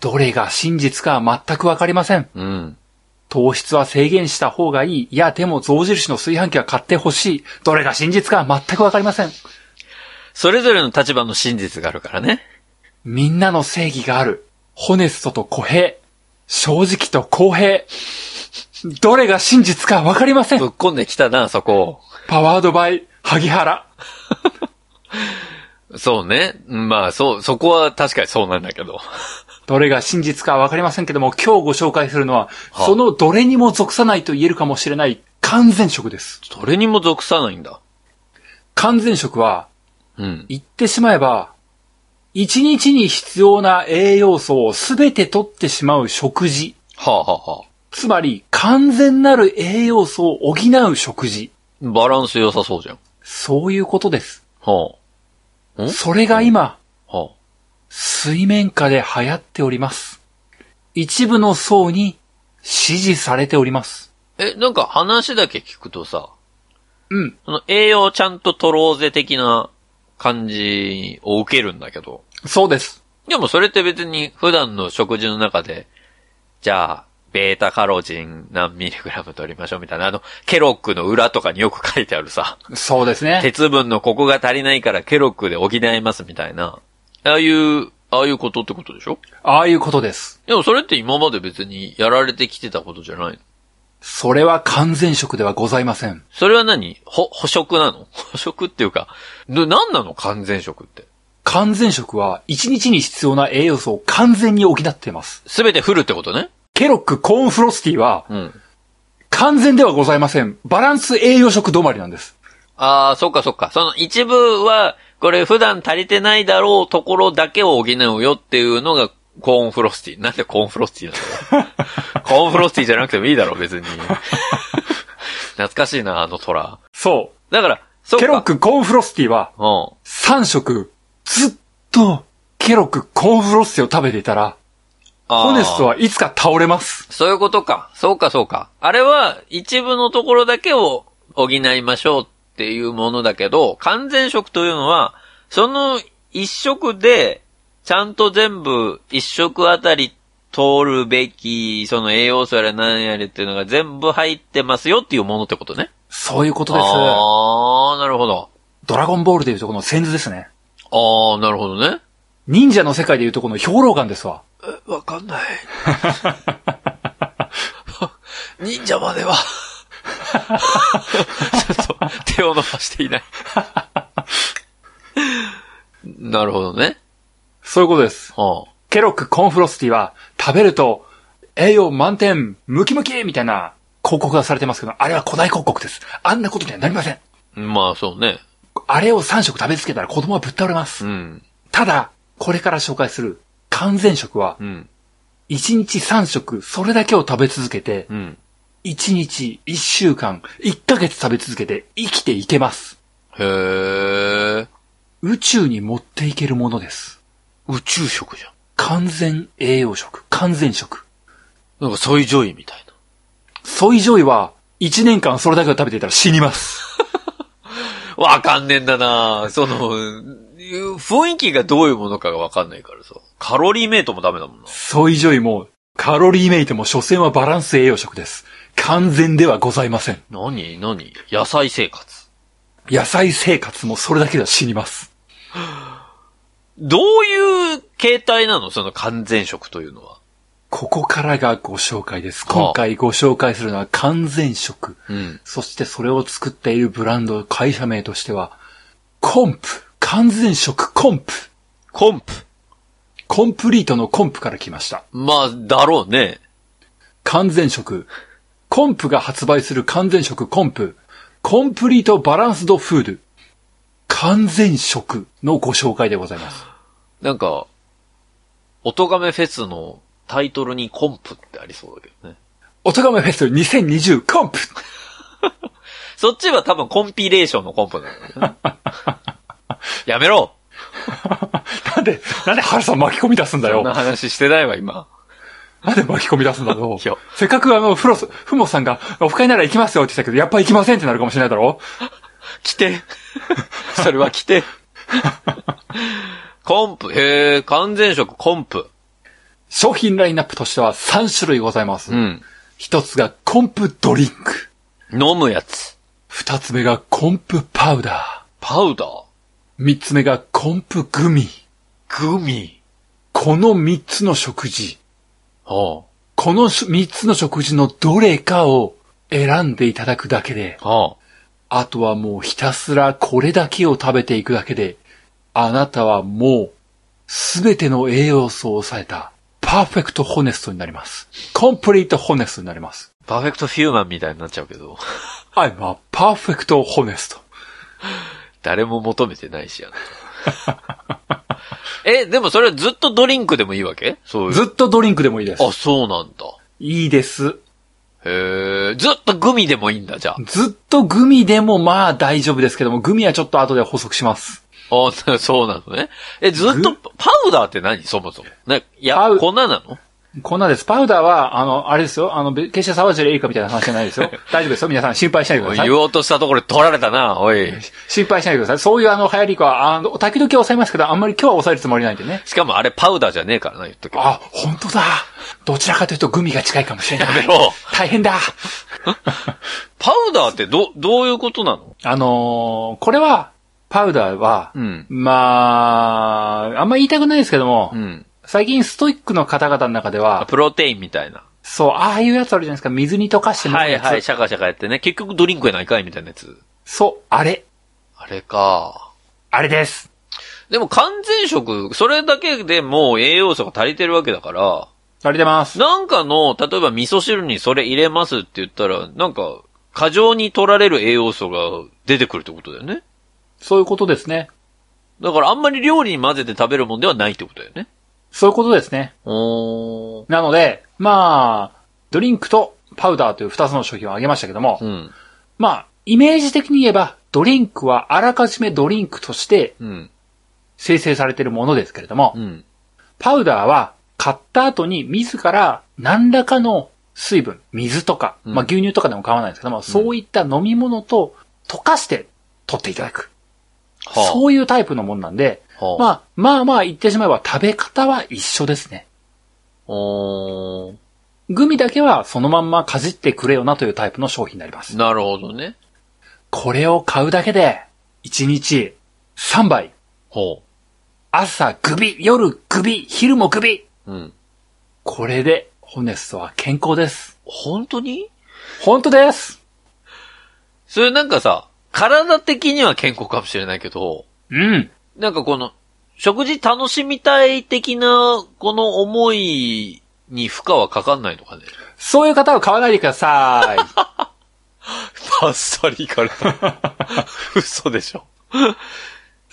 どれが真実かは全くわかりません。うん。糖質は制限した方がいい。いや、でも象印の炊飯器は買ってほしい。どれが真実かは全くわかりません。それぞれの立場の真実があるからね。みんなの正義がある。ホネストと公平。正直と公平。どれが真実かわかりませ ぶん。っこんできたな、そこ。パワードバイ、萩原。そうね。まあ、そう、そこは確かにそうなんだ けど。どれが真実かわかりませんけども、今日ご紹介するのは、はあそのどれにも属さないと言えるかもしれない完全食です。それにも属さないんだ。完全食は、うん。言ってしまえば、一日に必要な栄養素をすべて取ってしまう食事。はあ、はあはあ、つまり、完全なる栄養素を補う食事。バランス良さそうじゃん。そういうことです。ほう。んそれが今、ほ水面下で流行っております。一部の層に支持されております。う。え、なんか話だけ聞くとさ、うん。その栄養ちゃんと取ろうぜ的な感じを受けるんだけど。そうです。でもそれって別に普段の食事の中で、じゃあ、ベータカロチン何ミリグラム取りましょうみたいな、あの、ケロックの裏とかによく書いてあるさ、そうですね。鉄分のここが足りないからケロックで補いますみたいな、ああいう、ああいうことってことでしょああいうことです。でもそれって今まで別にやられてきてたことじゃないのそれは完全食ではございません。それは何ほ、捕食なの捕食っていうか、な、なんなの完全食って。完全食は一日に必要な栄養素を完全に補っています。すべてフルってことねケロックコーンフロスティはうん。完全ではございません。バランス栄養食止まりなんです。ああ、そっかそっか。その一部は、これ普段足りてないだろうところだけを補うよっていうのが、コーンフロスティ。なんでコーンフロスティな のコーンフロスティじゃなくてもいいだろ、別に。懐かしいな、あの虎。そ。だから、そうっか。ケロッ。クコーンフロスティはうん。 3食ずっとケロックコーンフロスティを食べていたら、あーホネストはいつか倒れます。そういうことか。そうか、そうか。あれは、一部のところだけを補いましょうっていうものだけど、完全食というのは、その一食で、ちゃんと全部、一食あたり取るべき、その栄養素やら何やらっていうのが全部入ってますよっていうものってことね。そういうことです。あー、なるほど。ドラゴンボールでいうとこの先図ですね。あー、なるほどね。忍者の世界でいうとこの兵糧丸ですわ。えわかんない。忍者までは。ちょっと手を伸ばしていない。なるほどね。そういうことです。はあ、ケロックコーンフロスティは食べると栄養満点、ムキムキみたいな広告がされてますけど、あれは古代広告です。あんなことにはなりません。まあそうね。あれを3食食べつけたら子供はぶっ倒れまうす。ん。ただ、これから紹介する完全食は、うん。 1日3食それだけを食べ続けて、うん。 1日1週間1ヶ月食べ続けて生きていけます。へえ。宇宙に持っていけるものです。宇宙食じゃん。完全栄養食、完全食。なんかソイジョイみたいな。ソイジョイは、1年間それだけを食べていたら死にます。わかんねえんだなその、いう雰囲気がどういうものかがわかんないからさ。カロリーメイトもダメだもんな。ソイジョイも、カロリーメイトも、所詮はバランス栄養食です。完全ではございません。何何野菜生活。野菜生活もそれだけでは死にます。どういう形態なのその完全食というのは。ここからがご紹介です。はあ今回ご紹介するのは完全食。うん。そしてそれを作っているブランド、会社名としては、コンプ。完全食コンプ。コンプ。コンプリートのコンプから来ました。まあ、だろうね。完全食。コンプが発売する完全食コンプ。コンプリートバランスドフード。完全食のご紹介でございます。なんか、おとがめフェスのタイトルにコンプってありそうだけどね。おとがめフェス2020コンプそっちは多分コンピレーションのコンプなんだよ ね。やめろなんで、なんで春さん巻き込み出すんだそんなよ。話してないわ、今。なんで巻き込み出すんだろいやう。せっかくあの、フロス、フモさんが、オフ会なら行きますよって言ってたけど、やっぱ行きませんってなるかもしれないだろ来て。 それは来 て。コンプ。へえ、完全食コンプ。商品ラインナップとしては3種類ございます。ん。一つがコンプドリンク。飲むやつ。二つ目がコンプパウダパウダー。ー。三つ目がコンプグミ。グミ。この三つの食事、はこの三つの食事のどれかを選んでいただくだけで、あ。はあ。あとはもうひたすらこれだけを食べていくだけで、あなたはもうすべての栄養素を抑えたパーフェクトホネストになります。コンプリートホネストになります。パーフェクトフューマンみたいになっちゃうけど、 I'm a perfect honest. 誰も求めてないしやな。 え、でもそれはずっとドリンクでもいいわけそういう。ずっとドリンクでもいいですあ、。そうなんだ。いいです。へえ、ずっとグミでもいいんだ、じゃあ。ずっとグミでもまあ大丈夫ですけども、グミはちょっと後で補足します。あ ーそうなのね。え、ずっと、パウダーって何そもそも。ね、いやパウ、粉なのこんなです。パウダーは、あの、あれですよ。あの、べ決してサバジェルエリカみたいな話じゃないです よ。大丈夫ですよ。皆さん心配しないでください言。おうとしたところで取られたな、おい。心配しないでください。そういうあの、流行り子は、あの、時々は抑えますけど、あんまり今日は抑えるつもりないんでね。しかもあれパウダーじゃねえからな、言っとけ。あ、本当だ。どちらかというとグミが近いかもしれない。やめろ 大変だ。パウダーってど、どういうことなのあのーこれは、パウダーは、うん。まあ、あんま言いたくないですけども、うん。最近ストイックの方々の中であは、プロテインみたいな。そう、ああいうやつあるじゃないですか。水に溶かして飲むはいやつ。はい、シャカシャカやってね。結局ドリンクやないかいみたいなやつ。そう、あれ。あれか。あれです。でも完全食、それだけでもう栄養素が足りてるわけだから、あれ出ます。なんかの、例えば味噌汁にそれ入れますって言ったら、なんか、過剰に取られる栄養素が出てくるってことだよね。そういうことですね。だからあんまり料理に混ぜて食べるもんではないってことだよね。そういうことですね。おー。なので、まあ、ドリンクとパウダーという二つの商品を挙げましたけども、うん。まあ、イメージ的に言えば、ドリンクはあらかじめドリンクとしてうん。生成されているものですけれども、うん。パウダーは買った後に自ら何らかの水分、水とか、うんまあ牛乳とかでも買わないですけども、そういった飲み物と溶かして取っていただく。はそういうタイプのもんなんで、あ。はあ。まあ、まあまあ言ってしまえば食べ方は一緒ですね。おー。グミだけはそのまんまかじってくれよなというタイプの商品になります。なるほどね。これを買うだけで、1日3杯、ほ朝グビ、夜グビ、昼もグビ。う。うん。これで、ホネストは健康です。本当に本当ですそれなんかさ、体的には健康かもしれないけど、うん。なんかこの、食事楽しみたい的な、この思いに負荷はかかんないのかね。そういう方は買わないでく ださい。バッサリいかれた。 嘘でしょ。い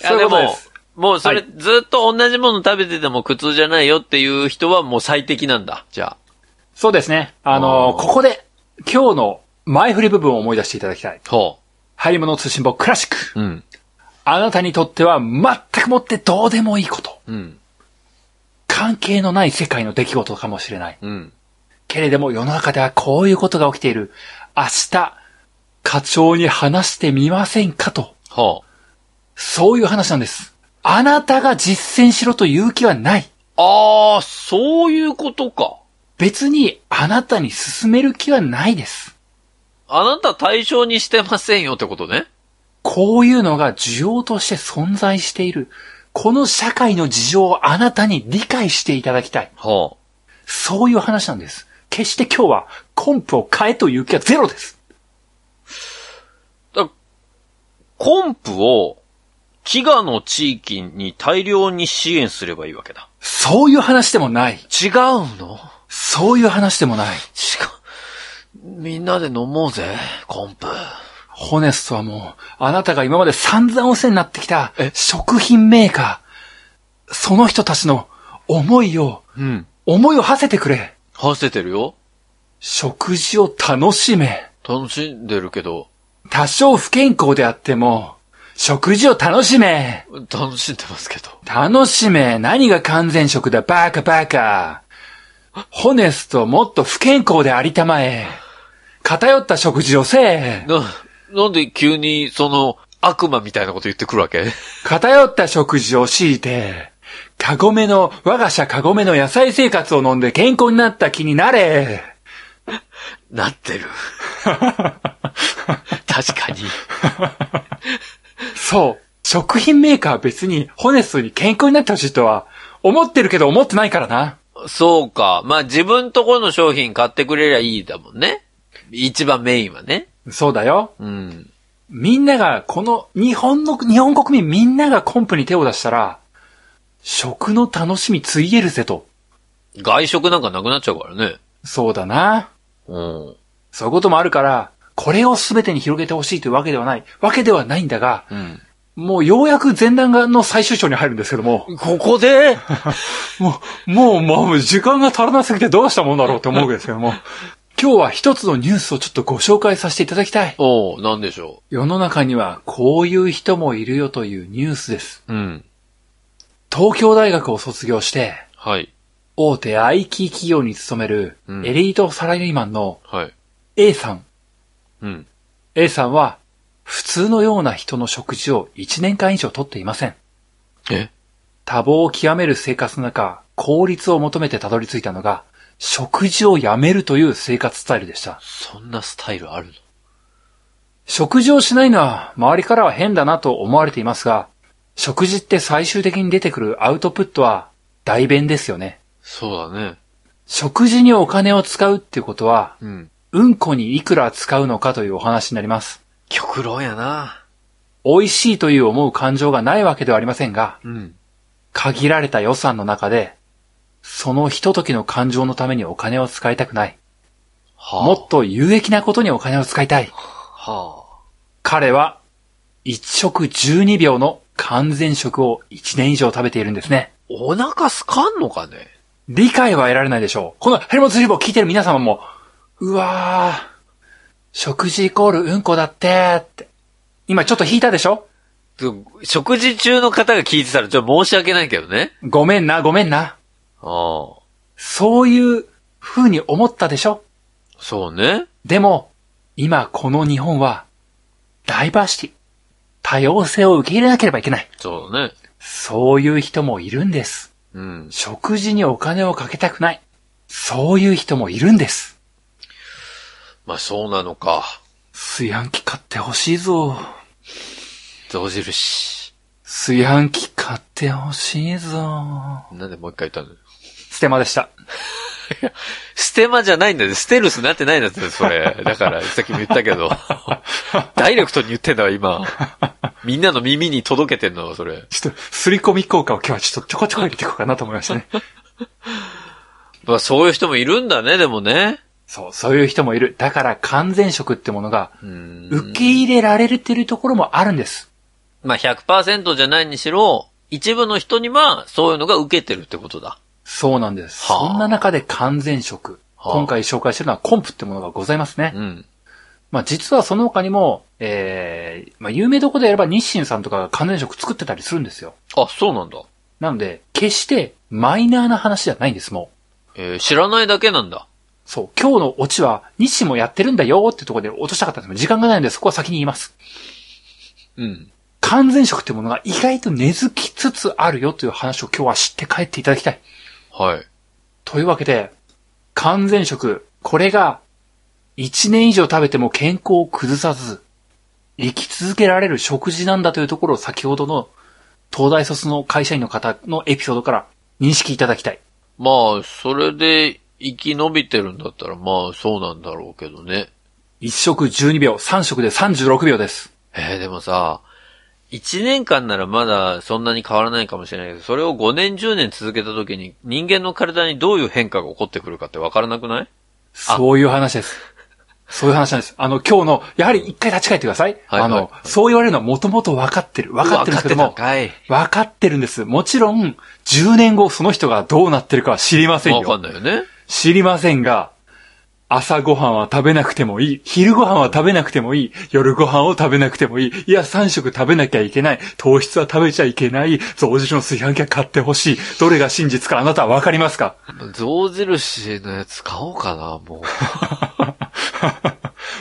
やそういでうことでもす、もうそれはずっと同じもの食べてても苦痛じゃないよっていう人はもう最適なんだ。じゃあ。そうですね。あのあーここで、今日の前振り部分を思い出していただきたい。ほ入り物通信簿クラシック。う。うん。あなたにとっては全くもってどうでもいいこと。うん。関係のない世界の出来事かもしれない。うん。けれども世の中ではこういうことが起きている。明日、課長に話してみませんかと。ほう。そういう話なんです。あなたが実践しろという気はない。あー、そういうことか。別にあなたに進める気はないです。あなた対象にしてませんよってことね。こういうのが需要として存在している。この社会の事情をあなたに理解していただきたい。はそういう話なんです。決して今日はコンプを変えという気はゼロです。あ。だコンプを、飢餓の地域に大量に支援すればいいわけだ。そういう話でもない。違うのそういう話でもない。違う。みんなで飲もうぜ、コンプ。ホネストはもう、あなたが今まで散々お世話になってきた食品メーカー。その人たちの思いを、うん。思いを馳せてくれ。はせてるよ。食事を楽しめ。楽しんでるけど、多少不健康であっても、食事を楽しめ。楽しんでますけど。楽しめ。何が完全食だ。バカバカ。ホネストもっと不健康でありたまえ。偏った食事をせえ。な、なんで急に、その、悪魔みたいなこと言ってくるわけ偏った食事を強いて、カゴメの、我が社カゴメの野菜生活を飲んで健康になった気になれ。 なって る。確かに。そう。食品メーカーは別に、ホネストに健康になってほしいとは、思ってるけど思ってないからな。そうか。まあ、自分とこの商品買ってくれりゃいいだもんね。一番メインはね。そうだよ。うん。みんなが、この、日本の、日本国民みんながコンプに手を出したら、食の楽しみついえるぜと。外食なんかなくなっちゃうからね。そうだな。うん。そういうこともあるから、これを全てに広げてほしいというわけではない。わけではないんだが、うん。もうようやく前段がの最終章に入るんですけども、ここでもう、もう、もう、時間が足らなすぎてどうしたもんだろうって思うわけですけども、今日は一つのニュースをちょっとご紹介させていただきたい。 おおなんでしょ世の中にはこういう人もいるよというニュースです。う。うん。東京大学を卒業して、はい。大手 IT 企業に勤めるうんエリートサラリーマンのはい。 A さん。うん。 A さんは、普通のような人の食事を1年間以上とっていません。え多忙を極める生活の中、効率を求めてたどり着いたのが、食事をやめるという生活スタイルでした。そんなスタイルあるの食事をしないのは周りからは変だなと思われていますが、食事って最終的に出てくるアウトプットは代弁ですよね。そうだね。食事にお金を使うっていうことは、うん。うんこにいくら使うのかというお話になります。極論やな。美味しいという思う感情がないわけではありませんが、うん。限られた予算の中で、そのひと時の感情のためにお金を使いたくない。はあ。もっと有益なことにお金を使いたい。は彼は、1食12秒の完全食を1年以上食べているんですね。あ。お腹すかんのかね理解は得られないでしょう。このヘルモツリボを聞いてる皆様も、うわー、食事イコールうんこだってーって。今ちょっと引いたでしょ食事中の方が聞いてたらちょっと申し訳ないけどね。ごめんな、ごめんな。ああ。そういう風に思ったでしょそうね。でも、今この日本は、ダイバーシティ、多様性を受け入れなければいけない。そうだね。そういう人もいるんです。うん。食事にお金をかけたくない。そういう人もいるんです。まあそうなのか。炊飯器買ってほしいぞ。象印。炊飯器買ってほしいぞ。なんでもう一回言ったのステマでした。ステマじゃないんだよ。ステルスになってないんだって、それ。だから、さっきも言ったけ ど。ダイレクトに言ってんだわ、今。みんなの耳に届けてんだわ、それ。ちょっと、すり込み効果を今日はちょっとちょこちょこ入れていこうかなと思いましたね。まあそういう人もいるんだね、でもね。 そう、そういう人もいる。だから完全食ってものが、うん受け入れられてるところもあるんです。まあ100%じゃないにしろ、一部の人にはそういうのが受けてるってことだ。そうなんです。はあそんな中で完全食。はあ今回紹介してるのはコンプってものがございますね。うん。まあ実はその他にも、ええまあ有名どこでやれば日清さんとかが完全食作ってたりするんですよ。あ、そうなんだ。なので、決してマイナーな話じゃないんです、もう。えー知らないだけなんだ。そう、今日のオチは日清もやってるんだよってところで落としたかったんですけど時間がないのでそこは先に言います。うん。完全食ってものが意外と根付きつつあるよという話を今日は知って帰っていただきたい。はい。というわけで、完全食、これが1年以上食べても健康を崩さず、生き続けられる食事なんだというところを先ほどの東大卒の会社員の方のエピソードから認識いただきたい。まあ、それで生き延びてるんだったら、まあそうなんだろうけどね。 1食12秒、3食で36秒です。えーでもさ、1年間ならまだそんなに変わらないかもしれないけど、それを5年10年続けた時に人間の体にどういう変化が起こってくるかってわからなくないそういう話です。そういう話なんです。あの、今日の、やはり一回立ち返ってください。はいあの、はいそう言われるのはもともと分かってる。分かってるんですけどわも、かって分かってるんです。もちろん、10年後その人がどうなってるかは知りまたせんんかい。よわ。かんないよね。知りませんが、朝ごはんは食べなくてもいい、昼ごはんは食べなくてもいい、夜ごはんを食べなくてもいい、いや3食食べなきゃいけない、糖質は食べちゃいけない、増汁の炊飯器は買ってほしい、どれが真実かあなたはわかりますか 象印のやつ買おうかな、も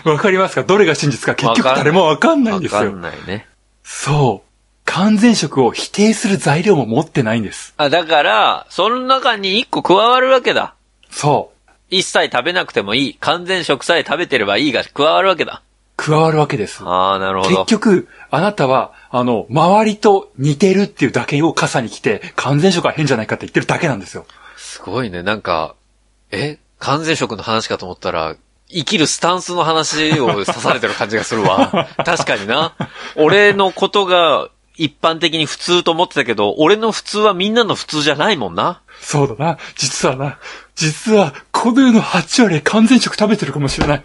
わかりますかどれが真実か結局誰もわかんう。ないわんですかんよ。ないね。そう。完全食を否定する材料も持ってないんです。あ、だから、その中に1個加わるわけだ。そう。一切食べなくてもいい。完全食さえ食べてればいいが加わるわけだ。加わるわけです。ああ、なるほ結ど。局、あなたは、あの、周りと似てるっていうだけを傘に来て、完全食は変じゃないかって言ってるだけなんですよ。すごいね。なんか、え完全食の話かと思ったら、生きるスタンスの話を刺されてる感じがする わ。確かにな。俺のことが一般的に普通と思ってたけど、俺の普通はみんなの普通じゃないもんな。そうだな。実はな、実は、この世の8割完全食食べてるかもしれない。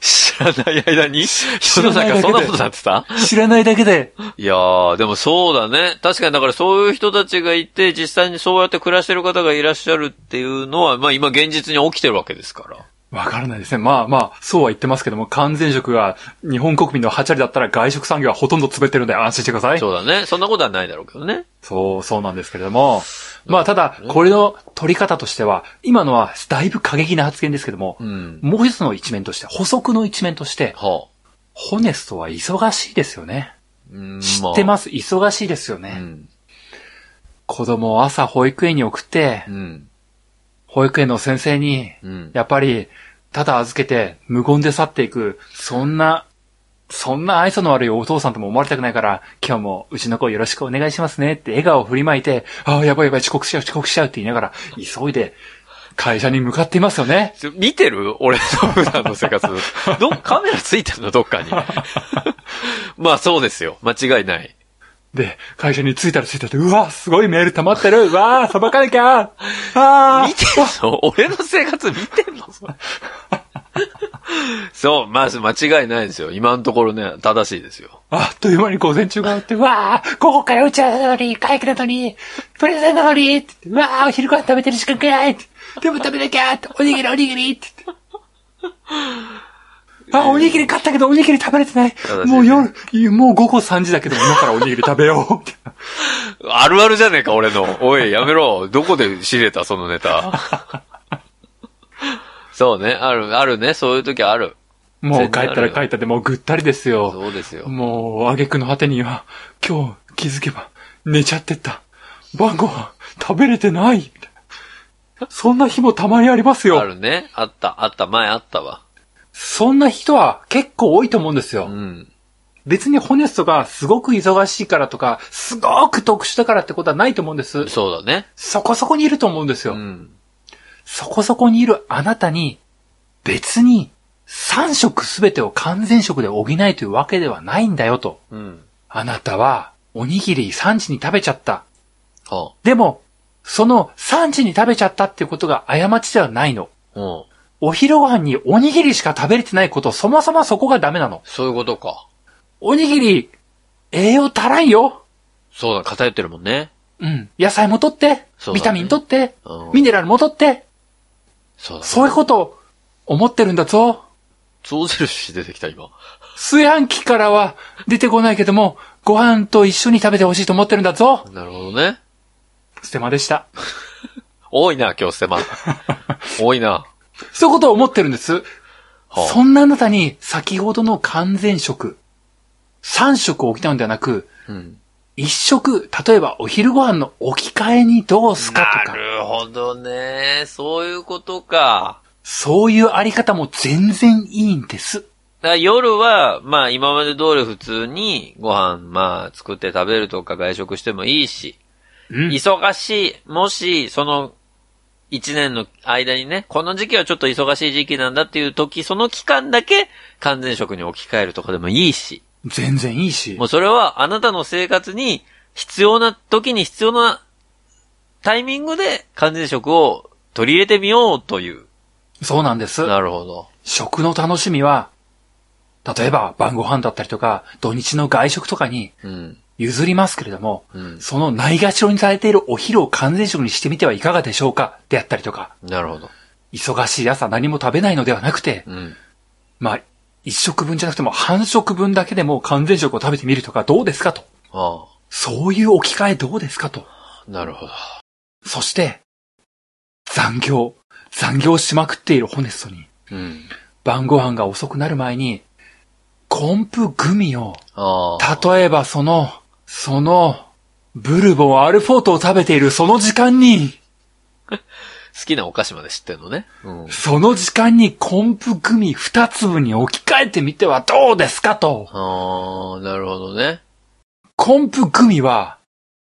知らない間に世知のらないだ中けでそんなことなってた知らないだけで、いやー、でもそうだね。確かにだからそういう人たちがいて、実際にそうやって暮らしてる方がいらっしゃるっていうのは、まあ今現実に起きてるわけですから。わからないですね。まあまあ、そうは言ってますけども、完全食が日本国民の8割だったら外食産業はほとんど潰れてるんで安心してください。そうだね。そんなことはないだろうけどね。そう、そうなんですけれども。まあ、ただ、これの取り方としては、今のはだいぶ過激な発言ですけども、うん。もう一つの一面として、補足の一面として、はあ。ホネストは忙しいですよね。うん知ってますす。忙しいですようね。ん。子供を朝保育園に送ってう、ん。保育園の先生に、うん。やっぱり、ただ預けて無言で去っていく、そんな、そんな愛想の悪いお父さんとも思われたくないから、今日もうちの子よろしくお願いしますねって笑顔を振りまいて、ああ、やばいやばい、遅刻しちゃう、遅刻しちゃうって言いながら、急いで会社に向かっていますよね。ちょ見てる俺の普段の生 活。ど、カメラついてるのどっかに。 まあそうですよ。間違いない。で、会社に着いたら着いたって、うわ、すごいメール溜まってる、うわー、さばかなきゃ、あー見てんの俺の生活見てんの それそう、まず間違いないですよ。今のところね、正しいですよ。あっという間に午前中が終わって、うわあ、午後から打ち合わせなのに、会議なのに、プレゼンなのに、って言ってうわあ、お昼ご飯食べてる時間くらい、ってでも食べなきゃって、おにぎりおにぎりって言って。あ、おにぎり買ったけど、おにぎり食べれてない正しいね。もう夜、もう午後3時だけど、今からおにぎり食べよう って。あるあるじゃねえか、俺の。おい、やめろ。どこで仕入れた、そのネタ。 そうね、ある、あるね。そういう時ある。もう帰ったら帰ったで、もうぐったりですよ。そうですよ。もう、挙句の果てには、今日気づけば、寝ちゃってた。晩ご飯、食べれてない。みたいなそんな日もたまにありますよ。あるね。あった、あった、前あったわ。そんな人は結構多いと思うんですよ。うん。別にホネストがすごく忙しいからとか、すごく特殊だからってことはないと思うんです。そうだね。そこそこにいると思うんですうよ。ん。そこそこにいるあなたに、別に3食すべてを完全食で補いというわけではないんだよと。うん。あなたは、おにぎり3時に食べちゃった。はでも、その3時に食べちゃったっていうことが過ちではないの。あ。うん。お昼ご飯におにぎりしか食べれてないこと、そもそもそこがダメなの。そういうことか。おにぎり、栄養足らんよ。そうだ、偏ってるもんね。うん。野菜も取って、そうだねビタミン取って、うん。ミネラルも取って、そうだ、ね。そういうことを思ってるんだぞ。象印出てきた、今。炊飯器からは出てこないけども、ご飯と一緒に食べてほしいと思ってるんだぞ。なるほどね。ステマでした。多いな、今日ステ マ。多いな。そういうことを思ってるんです。はあそんなあなたに先ほどの完全食、3食を補うんではなく、うん。 1食、例えばお昼ご飯の置き換えにどうすかなとか、るほどね。そういうことか。そういうあり方も全然いいんです。だから夜は、まあ今まで通り普通にご飯、まあ作って食べるとか外食してもいいし、うん忙しい、もし、その、一年の間にね、この時期はちょっと忙しい時期なんだっていう時、その期間だけ完全食に置き換えるとかでもいいし、全然いいしも。うそれはあなたの生活に必要な時に必要なタイミングで完全食を取り入れてみようという。そうなんです。なるほど。食の楽しみは、例えば晩ご飯だったりとか、土日の外食とかにうん。譲りますけれども、うん。そのないがしろにされているお昼を完全食にしてみてはいかがでしょうかであったりとか、なるほど。忙しい朝何も食べないのではなくて、うん。まあ、一食分じゃなくても半食分だけでも完全食を食べてみるとかどうですかと。あそういう置き換えどうですかと。あ。なるほど。そして、残業。残業しまくっているホネストに、うん。晩ご飯が遅くなる前に、コンプグミをああ。例えばその、その、ブルボンアルフォートを食べているその時間に、好きなお菓子まで知ってんのね。うん。その時間にコンプグミ二粒に置き換えてみてはどうですかと。ああ、なるほどね。コンプグミは、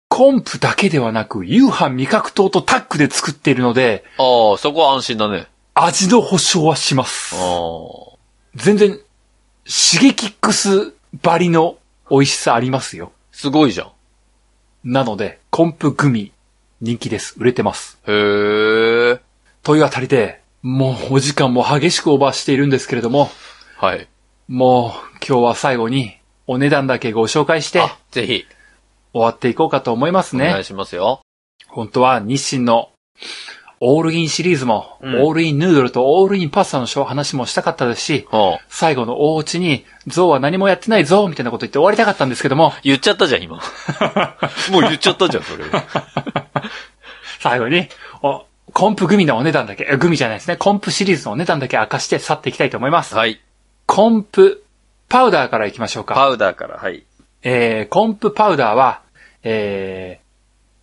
コンプだけではなく、夕飯味覚糖とタッグで作っているので、ああ、そこは安心だね。味の保証はしますあ。あ。全然、シゲキックスばりの美味しさありますよ。すごいじゃん。なので、コンプグミ、人気です。売れてます。へえ。というあたりで、もうお時間も激しくオーバーしているんですけれども、はい。もう今日は最後にお値段だけご紹介してあ、ぜひ、終わっていこうかと思いますお願ねい。しますよ。本当は日清のオールインシリーズも、うんオールインヌードルとオールインパスタの話もしたかったですし、ほう。最後のお家に、ゾウは何もやってないぞみたいなこと言って終わりたかったんですけども、言っちゃったじゃん、 今。もう言っちゃったじゃん、それ。最後に、おコンプグミのお値段だけ、えグミじゃないですね、コンプシリーズのお値段だけ明かして去っていきたいと思います。はい。コンプパウダーから行きましょうか。パウダーから、はい。えー、コンプパウダーは、え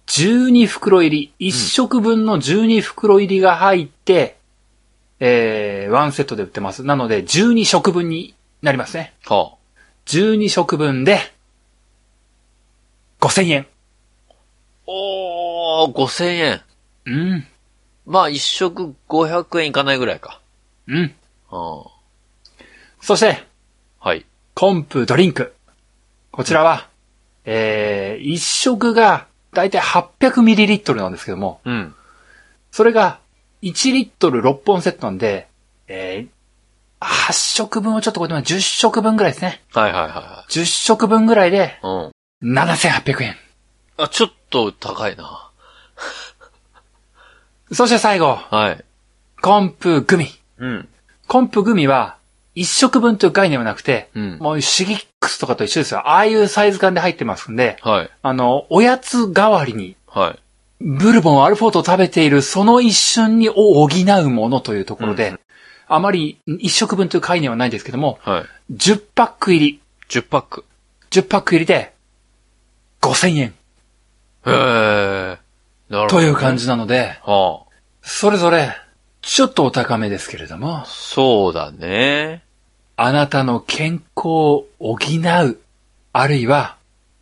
ー、12袋入り、1食分の12袋入りが入って、えー、1セットで売ってます。なので、12食分になりますね。ほう。 12食分で、5000円。おー、5000円。うん、まあ、一食500円いかないぐらいか。うん。うん。そして、はい。コンプドリンク。こちらは、えー、1食が、だいたい 800ml なんですけども、うん。それが、1リットル6本セットなんで、えー、8食分をちょっとこれで10食分ぐらいですね。はいはいはいは10食分ぐらいで、い。うん。 7800円。あ、ちょっと高いな。そして最後、はい。コンプグミ。うん。コンプグミは、1食分という概念はなくて、うん。もうシギックスとかと一緒ですよ。ああいうサイズ感で入ってますんで、はい。あの、おやつ代わりに、はい。ブルボン、アルフォートを食べている、その一瞬にを補うものというところで、うんあまり1食分という概念はないんですけども、はい。 10パック入り、 10パック。 10パック入りで、5000円へえ。なるほど、という感じ。じなので、はあ。それぞれ、ちょっとお高めですけれども、そうだね。あなたの健康を補う、あるいは、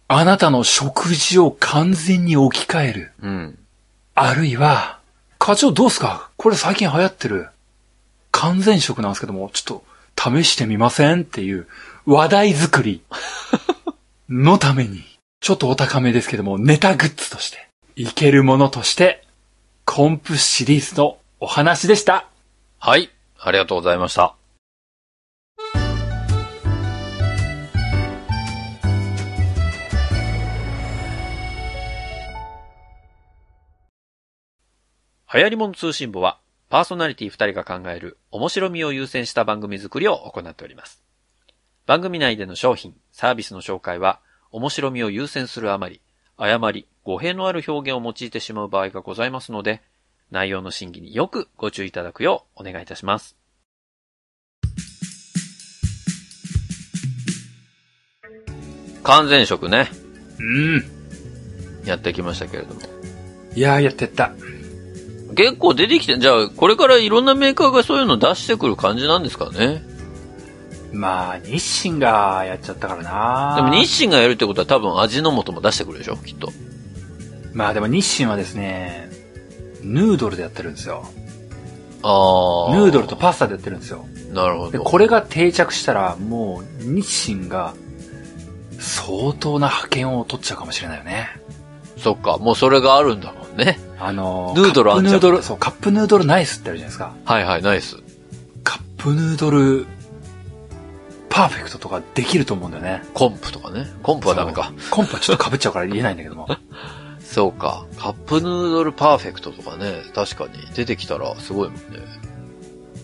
あなたの食事を完全に置き換える、うん。あるいは、課長どうすかこれ最近流行ってる、完全食なんですけども、ちょっと試してみませんっていう話題 作りのために、ちょっとお高めですけども、ネタグッズとして、いけるものとして、コンプシリーズのお話でした。はい。ありがとうございました。流行り物通信簿は、パーソナリティ2人が考える面白みを優先した番組作りを行っております。番組内での商品、サービスの紹介は、面白みを優先するあまり、誤り、語弊のある表現を用いてしまう場合がございますので、内容の審議によくご注意いただくようお願いいたします。完全食ね、うん。やってきましたけれども。いやー、やってった。結構出てきて、じゃあ、これからいろんなメーカーがそういうの出してくる感じなんですかね。まあ、日清がやっちゃったからなでも日清がやるってことは多分味の素も出してくるでしょ、きっと。まあでも日清はですね、ヌードルでやってるんですよ。あヌードルと。パスタでやってるんですよ。なるほで、ど。これが定着したら、もう、日清が、相当な覇権を取っちゃうかもしれないよね。そっか、もうそれがあるんだもんね。あの、ヌードルカップあんじヌゃんードル、そう、カップヌードルナイスってあるじゃないですか。はいはい、ナイス。カップヌードル、パーフェクトとかできると思うんだよね。コンプとかね。コンプはダメか。そう。コンパちょっと被っちゃうから言えないんだけど も。そうか。カップヌードルパーフェクトとかね、確かに出てきたらすごいもんね。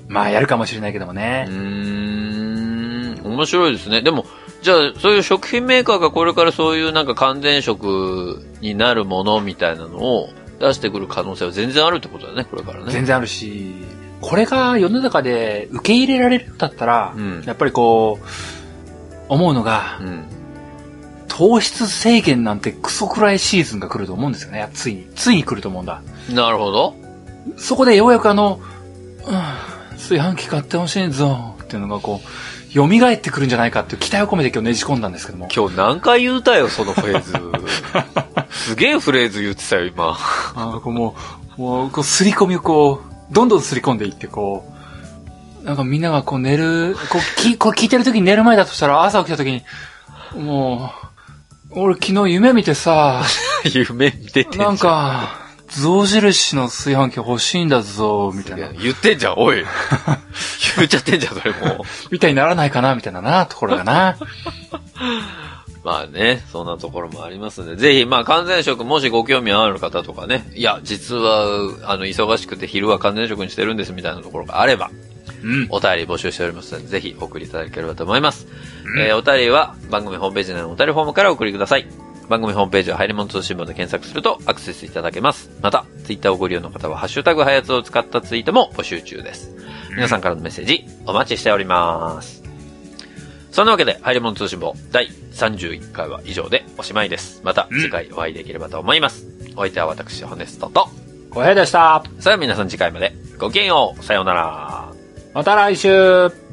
まあやるかもしれないけどもうね。ーん、面白いですね。でも、じゃあ、そういう食品メーカーがこれからそういうなんか完全食になるものみたいなのを出してくる可能性は全然あるってことだね、これからね。全然あるし、これが世の中で受け入れられるんだったら、うんやっぱりこう、思うのが、うん。糖質制限なんてクソくらいシーズンが来ると思うんですよね。ついに。ついに来ると思うんだ。なるほど。そこでようやくあの、うん、炊飯器買ってほしいぞっていうのがこう、蘇ってくるんじゃないかっていう期待を込めて今日ねじ込んだんですけども。今日何回言うたよ、そのフ レーズ。すげえフレーズ言ってたよ、今。 あーこうもう、もう、こう、すり込みをこう、どんどんすり込んでいって、こう、なんかみんながこう寝る、こう、きこう聞いてる時に寝る前だとしたら、朝起きた時に、もう、俺昨日夢見てさ、夢に出てんじゃん。なんか、象印の炊飯器欲しいんだぞ、みたいな。言ってんじゃん、お い。言っちゃってんじゃん、それもう。みたいにならないかな、みたいなな、ところがな。まあね、そんなところもありますんで、ぜひ、まあ完全食もしご興味ある方とかね、いや、実は、あの、忙しくて昼は完全食にしてるんですみたいなところがあれば、 うん。お便り募集しておりますので、ぜひお送りいただければと思います。えーお便りは番組ホームページ内のお便りフォームからお送りください。番組ホームページはハイレモン通信簿で検索するとアクセスいただけます。また、ツイッターをご利用の方は、ハッシュタグハヤツを使ったツイートも募集中です。皆さんからのメッセージ、お待ちしております。そんなわけで、ハイレモン通信簿第31回は以上でおしまいです。またうん次回お会いできればと思います。お相手は私、ホネストと。小平でした。さあ皆さん次回までごきげんよう。さようなら。また来週